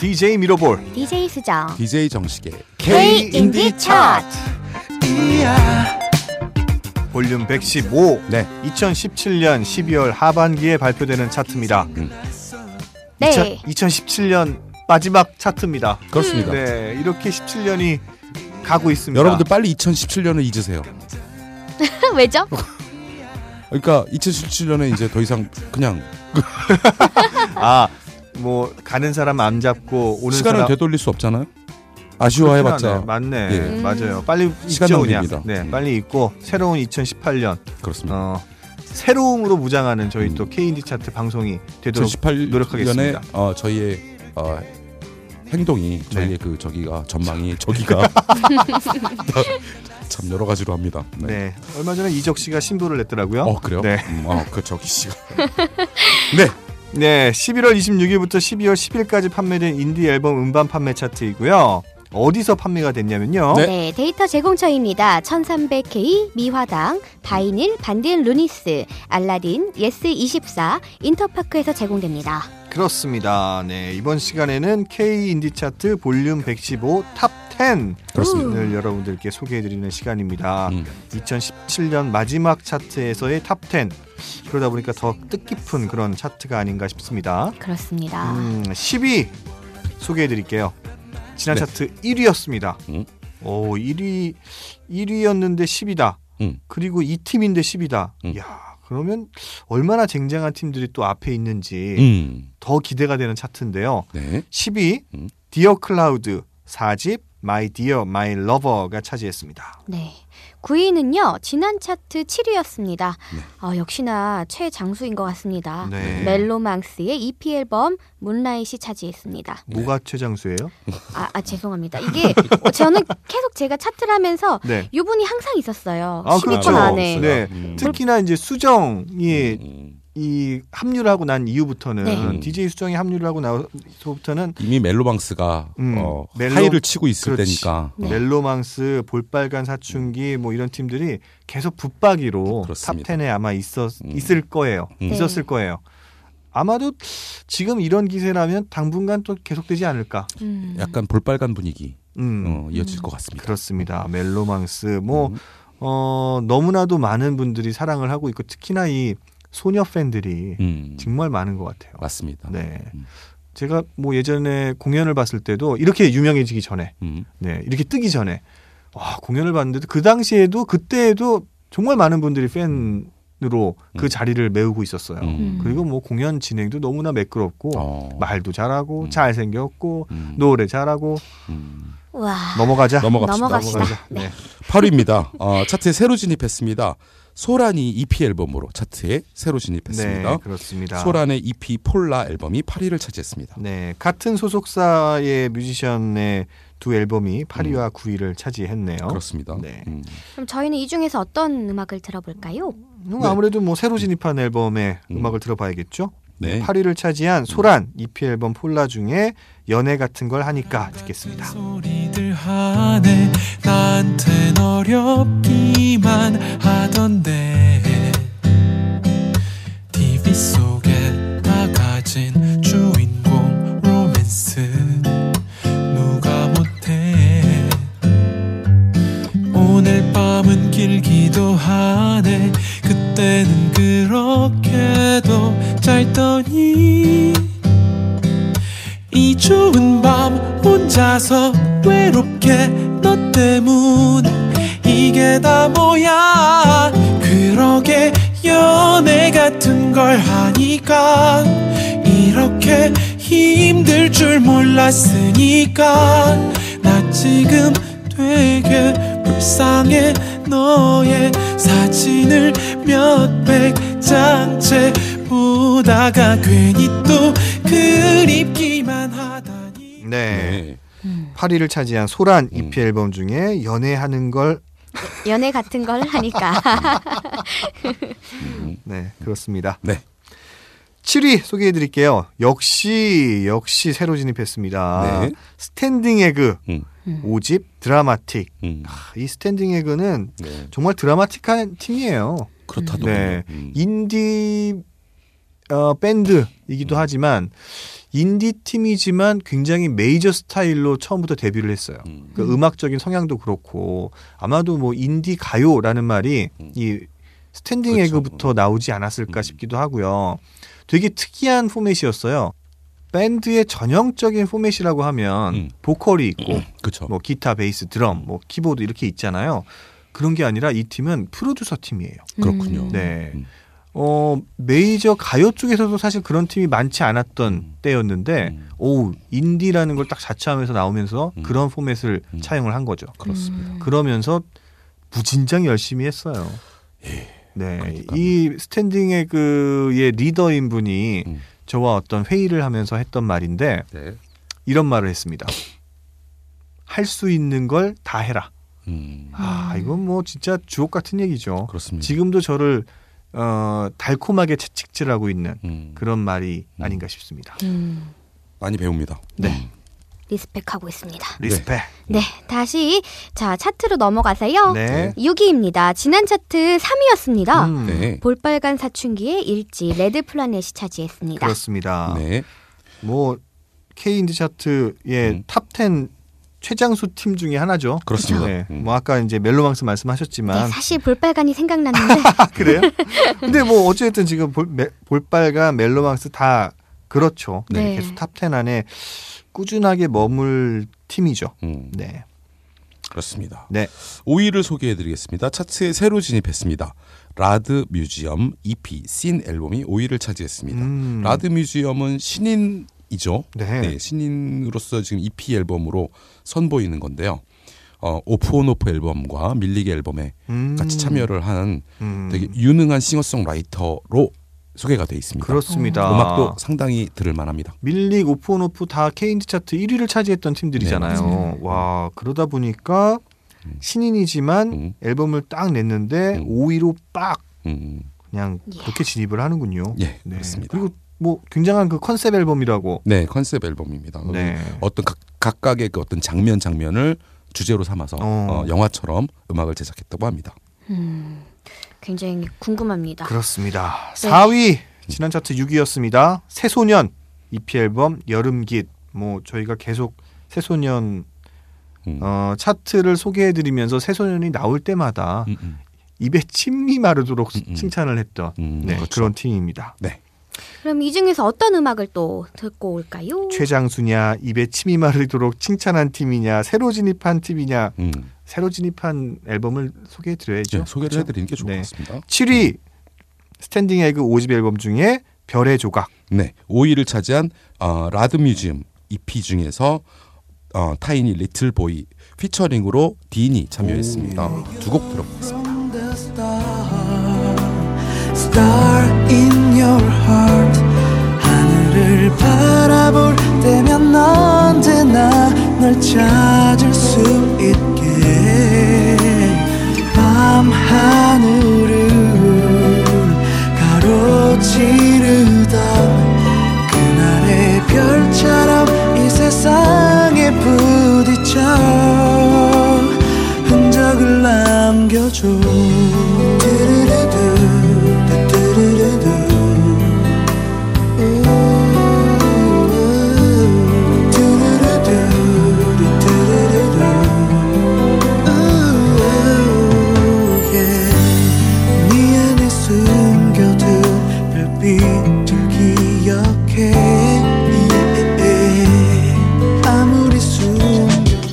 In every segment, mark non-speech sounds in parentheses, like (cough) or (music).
DJ 미러볼 DJ 수정 DJ 예. 정식의 K 인디 차트 볼륨 115 네. 2017년 12월 하반기에 발표되는 차트입니다. 네 2017년 마지막 차트입니다. 그렇습니다. 네, 이렇게 17년이 가고 있습니다. 여러분들 빨리 2017년을 잊으세요. (laughs) 왜죠? 어? 그러니까 2017년에 이제 더 이상 그냥 아, 뭐 가는 사람 안 잡고 오는 시간을 사람 되돌릴 수 없잖아요. 그렇긴 하네. 아쉬워해봤자 맞네. 예. 음. 맞아요. 빨리 시간 잊죠 그냥. 낭비입니다. 네, 음. 빨리 잊고 새로운 2018년 그렇습니다. 어, 새로움으로 무장하는 저희 음. 또 K&D 차트 방송이 되도록 2018년에 노력하겠습니다. 어, 저희의 어, 행동이 네. 저희의 그 저기가 전망이 저기가 (laughs) 참 여러 가지로 합니다. 네. 얼마 전에 이적 씨가 신부를 냈더라고요. 어 그래요? 네. 음, 어, 그 저기 씨가. (laughs) 네. 네, 11월 26일부터 12월 10일까지 판매된 인디 앨범 음반 판매 차트이고요. 어디서 판매가 됐냐면요. 네. 네, 데이터 제공처입니다. 1300K, 미화당, 바이닐, 반딜 루니스, 알라딘, 예스24, 인터파크에서 제공됩니다. 그렇습니다. 네, 이번 시간에는 K 인디 차트 볼륨 115 탑 10을 그렇습니다. 여러분들께 소개해 드리는 시간입니다. 음. 2017년 마지막 차트에서의 탑 10. 그러다 보니까 더 뜻깊은 그런 차트가 아닌가 싶습니다. 아. 그렇습니다. 음, 10위 소개해 드릴게요. 지난 네. 차트 1위였습니다. 음. 오, 1위 1위였는데 10이다. 음. 그리고 이 팀인데 10이다. 음. 야, 그러면 얼마나 쟁쟁한 팀들이 또 앞에 있는지 음. 더 기대가 되는 차트인데요. 네. 10위 음. 디어 클라우드 4집 마이 디어 마이 러버가 차지했습니다. 네. 9위는요, 지난 차트 7위였습니다. 네. 어, 역시나 최장수인 것 아, 같습니다. 네. 멜로망스의 EP 앨범 문라잇이 차지했습니다. 뭐가 최장수예요? 아, 아, 죄송합니다. 이게 (laughs) 어, 저는 계속 제가 차트를 하면서 네. 이 분이 항상 있었어요. 아, 10위권 그렇죠. 안에. 네. 음. 특히나 이제 수정이 음. 이 합류를 하고 난 이후부터는 네. DJ 수정이 합류를 하고 나서부터는 이미 멜로망스가 음, 어, 멜로- 하이를 치고 있을 그렇지. 때니까. 네. 멜로망스, 볼빨간 사춘기 뭐 이런 팀들이 계속 붙박이로 그렇습니다. 탑10에 아마 있었 음. 있을 거예요. 음. 있었을 네. 거예요. 아마도 지금 이런 기세라면 당분간 또 계속되지 않을까. 음. 약간 볼빨간 분위기 음. 어, 이어질 것 같습니다. 그렇습니다. 멜로망스 뭐 음. 어, 너무나도 많은 분들이 사랑을 하고 있고 특히나 이 소녀 팬들이 음. 정말 많은 것 같아요. 맞습니다. 네. 음. 제가 뭐 예전에 공연을 봤을 때도 이렇게 유명해지기 전에 음. 네, 이렇게 뜨기 전에 와, 공연을 봤는데도 그 당시에도 그때에도 정말 많은 분들이 팬으로 그 음. 자리를 메우고 있었어요. 음. 그리고 뭐 공연 진행도 너무나 매끄럽고 어. 말도 잘하고 음. 잘생겼고 음. 노래 잘하고 음. 와. 넘어가자. 넘어갑시다. 넘어갑시다. 네. 네. 8위입니다. 어, 차트에 새로 진입했습니다. 소란이 EP 앨범으로 차트에 새로 진입했습니다. 네, 그렇습니다. 소란의 EP 폴라 앨범이 8위를 차지했습니다. 네, 같은 소속사의 뮤지션의 두 앨범이 8위와 9위를 차지했네요. 그렇습니다. 네. 음. 그럼 저희는 이 중에서 어떤 음악을 들어볼까요? 음, 네. 아무래도 뭐 새로 진입한 앨범의 음. 음. 악을 들어봐야겠죠. 네. 8위를 차지한 소란 EP 앨범 폴라 중에 연애 같은 걸 하니까 듣겠습니다. 소리들 하네 나한텐 어렵기만 하던데 TV 속에 나가진 주인공 로맨스 누가 못해 오늘 밤은 길기도 하네 그때는 그렇게도 짧더니 이 추운 밤 혼자서 외롭게 너 때문 이게 다 뭐야 그러게 연애 같은 걸 하니까 이렇게 힘들 줄 몰랐으니까 나 지금 되게 불쌍해 너의 사진을 몇백 장 채 보다가 괜히 또 그립기만 하다니 네. 네. 음. 8위를 차지한 소란 EP 앨범 중에 연애하는 걸 연애 같은 걸 (laughs) 하니까. (laughs) 네, 그렇습니다. 음. 네. 7위 소개해 드릴게요. 역시 역시 새로 진입했습니다. 네. 스탠딩 에그 음. 음. 5집 드라마틱. 음. 아, 이 스탠딩 에그는 네. 정말 드라마틱한 팀이에요. 그렇다도. 네. 음. 인디 어, 밴드이기도 하지만 인디 팀이지만 굉장히 메이저 스타일로 처음부터 데뷔를 했어요. 음. 그 음악적인 성향도 그렇고 아마도 뭐 인디 가요라는 말이 음. 이 스탠딩 그렇죠. 에그부터 나오지 않았을까 음. 싶기도 하고요. 되게 특이한 포맷이었어요. 밴드의 전형적인 포맷이라고 하면 음. 보컬이 있고 그렇죠. 뭐 기타, 베이스, 드럼, 뭐 키보드 이렇게 있잖아요. 그런 게 아니라 이 팀은 프로듀서 팀이에요. 그렇군요. 음. 네. 음. 어, 메이저 가요 쪽에서도 사실 그런 팀이 많지 않았던 음. 때였는데 음. 오, 인디라는 걸 딱 자처하면서 나오면서 음. 그런 포맷을 음. 차용을 한 거죠. 그렇습니다. 음. 그러면서 무진장 열심히 했어요. 네. 예. 그러니까요. 이 스탠딩의 그의 리더인 분이 음. 저와 어떤 회의를 하면서 했던 말인데 네. 이런 말을 했습니다. 할 수 있는 걸 다 해라. 음. 아, 음. 이건 뭐 진짜 주옥 같은 얘기죠. 그렇습니다. 지금도 저를 어, 달콤하게 채찍질하고 있는 음. 그런 말이 음. 아닌가 싶습니다. 음, 많이 배웁니다. 네. 리스펙하고 있습니다. 리스펙. 네, 다시 자 차트로 넘어가세요. 네. 6위입니다. 지난 차트 3위였습니다. 음, 네. 볼빨간 사춘기의 일지 레드 플라넷이 차지했습니다. 그렇습니다. 네. 뭐 K 인디 차트의 음. 탑10 최장수 팀 중에 하나죠. 그렇습니다. 네. 음. 뭐 아까 이제 멜로망스 네, (laughs) 말씀하셨지만 사실 (laughs) 볼빨간이 생각났는데 아, 그래요? 근데 뭐 어쨌든 지금 볼, 메- 볼빨간 멜로망스 다 그렇죠. 네. 네. 계속 탑10 안에 꾸준하게 머물 팀이죠. 음. 네. 그렇습니다. 네. 5위를 소개해드리겠습니다. 차트에 새로 진입했습니다. 라드 뮤지엄 EP 씬 앨범이 5위를 차지했습니다. 음. 라드 뮤지엄은 신인이죠. 네. 네, 신인으로서 지금 EP 앨범으로 선보이는 건데요. 어, 오프 온 오프 앨범과 밀리기 앨범에 음. 같이 참여를 한 음. 되게 유능한 싱어송라이터로 소개가 돼 있습니다. 그렇습니다. 음악도 상당히 들을 만합니다. 밀릭, 오프온오프 다 케인즈 차트 1위를 차지했던 네, 팀들이잖아요. 와 그러다 보니까 신인이지만 음. 앨범을 딱 냈는데 음. 5위로 빡 음, 그냥 예. 그렇게 진입을 하는군요. 예, 그렇습니다. 네. 그리고 뭐 굉장한 그 컨셉 앨범이라고. 네, 컨셉 앨범입니다. 네. 어떤 각, 각각의 그 어떤 장면 장면을 주제로 삼아서 어. 어, 영화처럼 음악을 제작했다고 합니다. 음, 굉장히 궁금합니다. 네. 그렇습니다. 4위 지난 차트 6위였습니다. 새소년 EP 앨범 여름깃. 뭐 저희가 계속 새소년 음. 어, 차트를 소개해드리면서 새소년이 나올 때마다 음, 음, 입에 침이 마르도록 음, 음. 칭찬을 했던 음, 네, 그렇죠. 그런 팀입니다. 네. 그럼 이 중에서 어떤 음악을 또 듣고 올까요? 최장수냐 입에 침이 마르도록 칭찬한 팀이냐 새로 진입한 팀이냐 음. 새로 진입한 앨범을 소개해드려야죠. 네, 소개를 그렇죠? 해드리는 게 좋을 네. 것 같습니다. 7위 스탠딩 에그 5집 앨범 중에 별의 조각. 네, 5위를 차지한 어, 라드 뮤지엄 EP 중에서 어, 타이니 리틀 보이 피처링으로 딘이 참여했습니다. 두 곡 들어보겠습니다. From the star, star in your heart. 하늘을 바라볼 때면 언제나 널 찾을 수 있게 밤 하늘을 가로지르던 그날의 별처럼 이 세상에 부딪혀 흔적을 남겨줘 뚜루루두, 뚜뚜루루두. 우, 뚜루루두, 뚜뚜루루두. 우, 예. 네 안에 숨겨둔 별빛을 기억해 아무리 숨겨도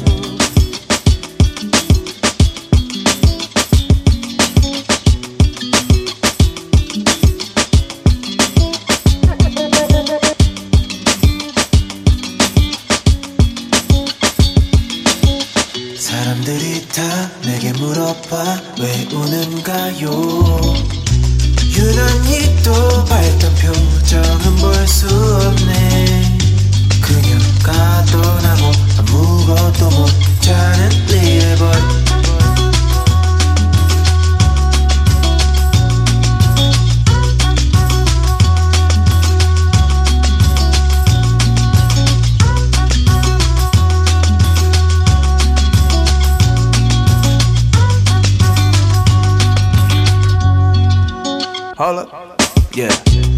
사람들이 다 내게 물어봐 왜 우는가요 유난히 또 밝던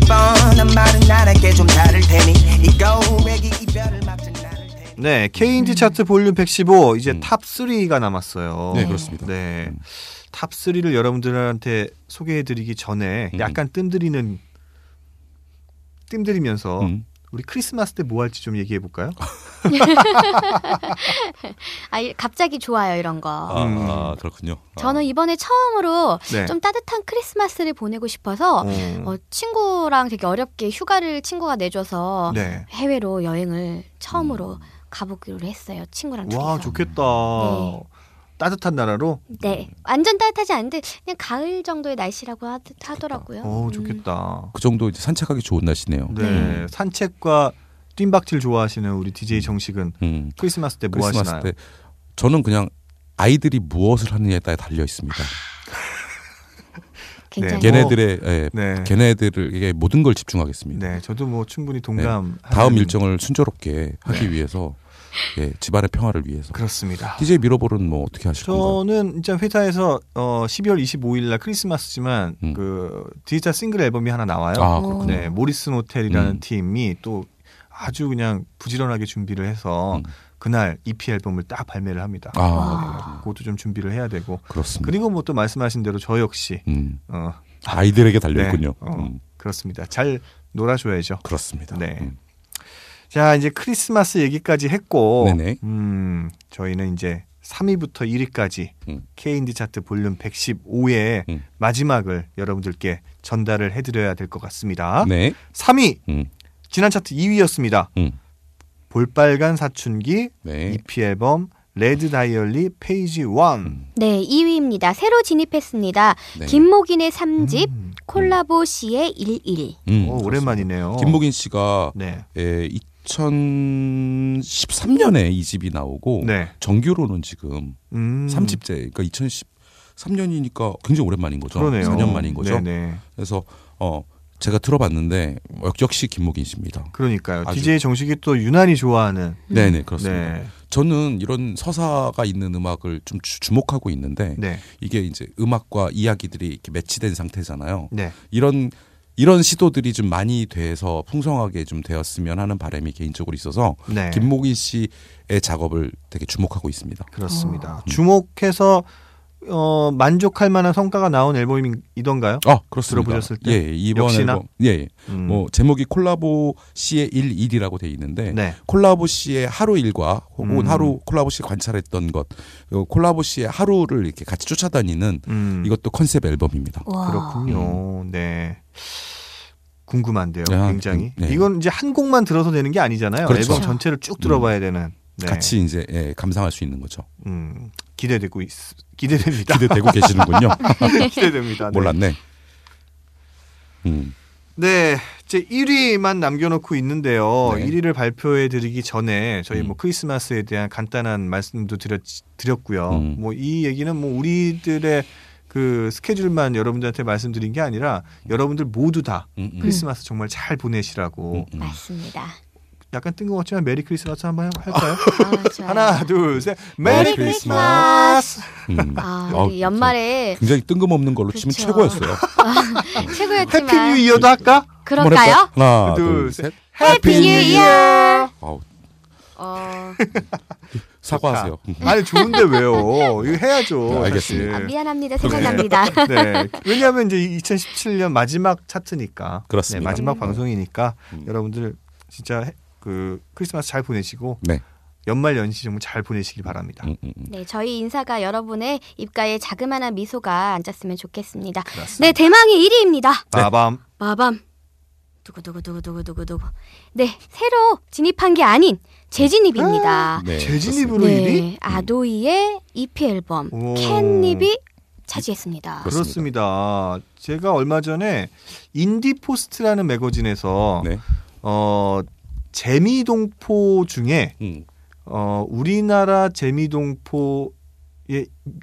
뻔한 말은 나에게 좀 다를 테니 이 거액이 이별을 맡은 나를 테니 네, 음. KNG 차트 볼륨 115 이제 탑 3가 남았어요. 음. 네, 그렇습니다. 네. 탑 3를 여러분들한테 소개해 드리기 전에 음. 약간 뜸들이는 뜸들이면서 음. 우리 크리스마스 때 뭐 할지 좀 얘기해 볼까요? 아, 이- 갑자기 좋아요 이런 거. 아, 아, 음. 그렇군요. 아. 저는 이번에 처음으로 네. 좀 따뜻한 크리스마스를 보내고 싶어서 어, 어, 친구랑 되게 어렵게 휴가를 친구가 내줘서 네. 해외로 여행을 처음으로 가보기로 했어요. 친구랑 둘이서. 와, 좋겠다. 네. 따뜻한 나라로? 네, 완전 따뜻하지 않은데 그냥 가을 정도의 날씨라고 하, 더라고요 음, 어, 좋겠다. 그 정도 이제 산책하기 좋은 날씨네요. 네. 산책과 뜀박질 좋아하시는 우리 DJ 정식은 음. 음. 크리스마스 때 뭐 크리스마스 하시나요? 때 저는 그냥 아이들이 무엇을 하느냐에 따라 달려 있습니다. 굉장히 네, 뭐- 걔네들의 예, 네. 걔네들에게 모든 걸 집중하겠습니다. 네, 저도 뭐 충분히 동감. 다음 일정을 순조롭게 하기 위해서 예, 집안의 평화를 위해서. 네. 그렇습니다. DJ 미러볼은 뭐 어떻게 하실 건가요? 저는 진짜 회사에서 어 12월 25일 날 크리스마스지만 음. 그 디지털 싱글 앨범이 하나 나와요. 아 그렇군요. 네, 모리슨 호텔이라는 음. 팀이 또 아주 그냥 부지런하게 준비를 해서 음. 그날 EP 앨범을 딱 발매를 합니다. 네, 아 음. 그것도 좀 준비를 해야 되고 그렇습니다. 그리고 뭐 또 말씀하신 대로 저 역시 음, 어, 아이들에게 달려 네, 있군요. 어, 음, 그렇습니다. 잘 놀아줘야죠. 그렇습니다. 네. 음. 자 이제 크리스마스 얘기까지 했고 네네. 음, 저희는 이제 3위부터 1위까지 음. K&D 차트 볼륨 115의 음. 마지막을 여러분들께 전달을 해드려야 될 것 같습니다. 네. 3위 음, 지난 차트 2위였습니다. 음. 볼빨간 사춘기 네. EP 앨범 레드 다이얼리 페이지 1 음, 네, 2위입니다. 새로 진입했습니다. 네. 음, 김목인의 3집 콜라보 씨의 11. 음, 어, 오랜만이네요. 김복인 씨가 네. 에, 2013년에 이 집이 나오고 네. 정규로는 지금 음, 삼 3집째 그러니까 2013년이니까 굉장히 오랜만인 거죠. 그러네요. 4년 만인 거죠. 네네. 그래서 어 제가 들어봤는데 역- 역시 김목인 씨입니다. 그러니까요. 아주. DJ 정식이 또 유난히 좋아하는 네, 네, 그렇습니다. 음. 네. 저는 이런 서사가 있는 음악을 좀 주- 주목하고 있는데 네. 이게 이제 음악과 이야기들이 이렇게 매치된 상태잖아요. 네. 이런 이런 시도들이 좀 많이 돼서 풍성하게 좀 되었으면 하는 바람이 개인적으로 있어서 네. 김목인 씨의 작업을 되게 주목하고 있습니다. 그렇습니다. 주목해서 어, 만족할 만한 성과가 나온 앨범이던가요? 아 그렇습니다. 들어보셨을 때? 예, 예, 이번 역시나? 앨범 예, 예. 음, 뭐 제목이 콜라보 씨의 일 일이라고 돼 있는데 네. 콜라보 씨의 하루 일과 혹은 음. 하루 콜라보 씨 관찰했던 것, 어, 콜라보 씨의 하루를 이렇게 같이 쫓아다니는 음, 어. 이것도 컨셉 앨범입니다. 와. 그렇군요. 음. 네. 궁금한데요. 아, 굉장히. 네. 이건 이제 한 곡만 들어서 되는 게 아니잖아요. 그렇죠. 음. 앨범 전체를 쭉 들어봐야 되는. 네. 같이 이제 예, 감상할 수 있는 (laughs) 거죠. 음, 기대되고 있 기대됩니다. 기대되고 계시는군요. 아, (laughs) 기대됩니다. 네. 몰랐네. 음, 네, 제 1위만 남겨놓고 있는데요. 네. 1위를 발표해드리기 전에 저희 음. 뭐 크리스마스에 대한 간단한 말씀도 드렸, 드렸고요. 음. 뭐 이 얘기는 뭐 우리들의 그 스케줄만 여러분들한테 말씀드린 게 아니라 여러분들 모두 다 음, 음, 크리스마스 정말 잘 보내시라고 음. 맞습니다. 약간 뜬금없지만 메리 크리스마스 (laughs) 한번 할까요? 아, 좋아요. 음. 하나, 둘, 셋, 네. 메리 메리 크리스마스. 음. 어, 아, 그렇죠. 아, 우리 연말에 굉장히 뜬금없는 걸로 치면 그쵸. 최고였어요. 해피 뉴 최고였지만 이어도 할까? 한번 그럴까요? 해볼까요? 하나, 둘, 둘, 셋. 셋. 해피 뉴 이어. 아우, 어, 사과하세요. 음. 아니 좋은데 왜요? 이거 해야죠. 네, 사실. 알겠습니다. 아, 미안합니다. 생각납니다. (laughs) 네. 왜냐하면 이제 2017년 마지막 차트니까. 그렇습니다. 네, 마지막 음. 방송이니까 음. 여러분들 진짜 해- 그 크리스마스 잘 보내시고 네. 연말 연시 정말 잘 보내시길 바랍니다. 음, 음, 음. 네, 저희 인사가 여러분의 입가에 자그마한 미소가 앉았으면 좋겠습니다. 그렇습니다. 아. 네, 대망의 1위입니다. 빠밤. 마밤. 두구두구두구두구두구두구. 네, 새로 진입한 게 아닌 아, 재진입입니다. 네, 재진입으로 네, 1위? 아도이의 EP 앨범 오. 캣닙이 차지했습니다. 그렇- 그렇습니다. 제가 얼마 전에 인디포스트라는 매거진에서 네. 어, 재미동포 중에 음. 어, 우리나라 재미동포의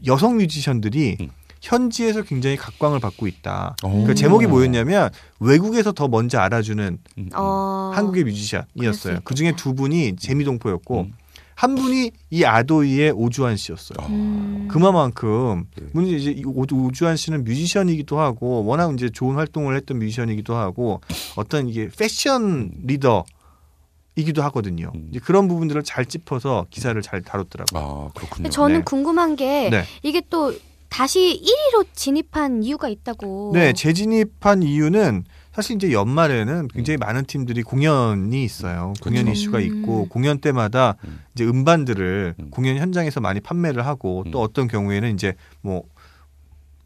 여성 뮤지션들이 음. 현지에서 굉장히 각광을 받고 있다. 오. 그러니까 제목이 뭐였냐면 외국에서 더 먼저 알아주는 음, 음. 어, 한국의 그럴 수 뮤지션이었어요. 있겠다. 그 중에 두 분이 재미동포였고 음. 한 분이 이 아도이의 오주환 씨였어요. 음. 그만큼 네. 문제 이제 이 오- 오주환 씨는 뮤지션이기도 하고 워낙 이제 좋은 활동을 했던 뮤지션이기도 하고 어떤 이게 패션 리더이기도 하거든요. 음. 이제 그런 부분들을 잘 짚어서 기사를 잘 다뤘더라고요. 아 근데 그렇군요. 저는 네. 궁금한 게 네. 이게 또 다시 1위로 진입한 이유가 있다고. 네, 재진입한 이유는 사실 이제 연말에는 굉장히 많은 팀들이 공연이 있어요. 공연 음. 그렇죠. 이슈가 있고 음. 공연 때마다 음. 이제 음반들을 음. 공연 현장에서 많이 판매를 하고 또 음. 어떤 경우에는 이제 뭐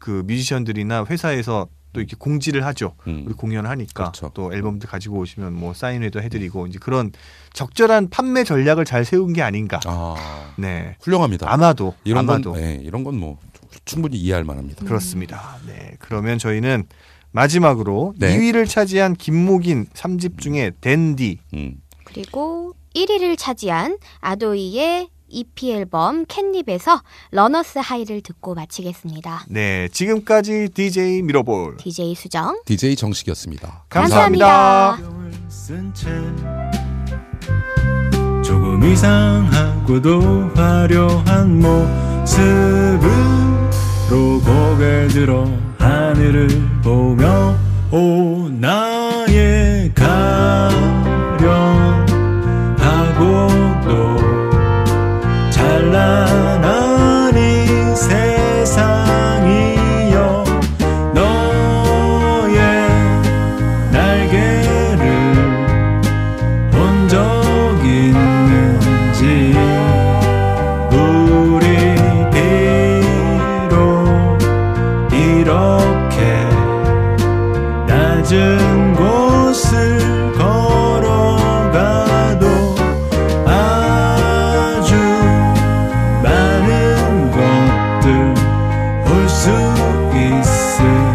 그 뮤지션들이나 회사에서 또 이렇게 공지를 하죠. 음. 우리 공연하니까 그렇죠. 음. 또 앨범도 가지고 오시면 뭐 사인회도 해드리고 이제 그런 적절한 판매 전략을 잘 세운 게 아닌가. 아 네, 훌륭합니다. 아마도 이런 아마도 건 예, 이런 건 뭐 충분히 이해할 만합니다. 그렇습니다. 네. 그러면 저희는 마지막으로 네. 2위를 차지한 김목인 3집 중에 댄디. 음. 그리고 1위를 차지한 아도이의 EP 앨범 캣닙에서 러너스 하이를 듣고 마치겠습니다. 네. 지금까지 DJ 미러볼. DJ 수정. DJ 정식이었습니다. 감사합니다. 신경을 쓴채 조금 이상하고도 화려한 모습으로 고개 들어 하늘을 보며 오 나의 가령하고 또 찬란한 이 세상이여 너의 날개를 본 적 있는지 우리 비록 이렇게 낮은 곳을 걸어가도 아주 많은 것들 볼 수 있으니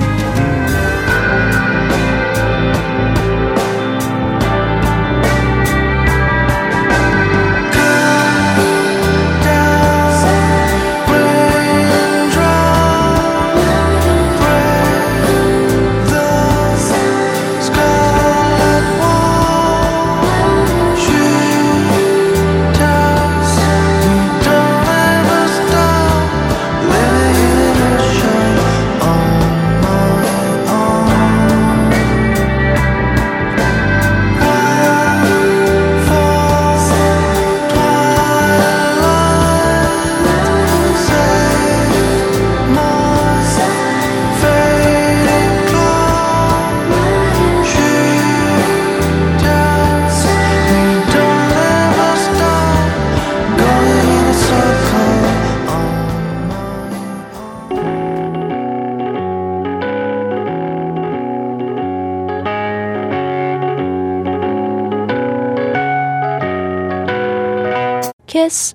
Kiss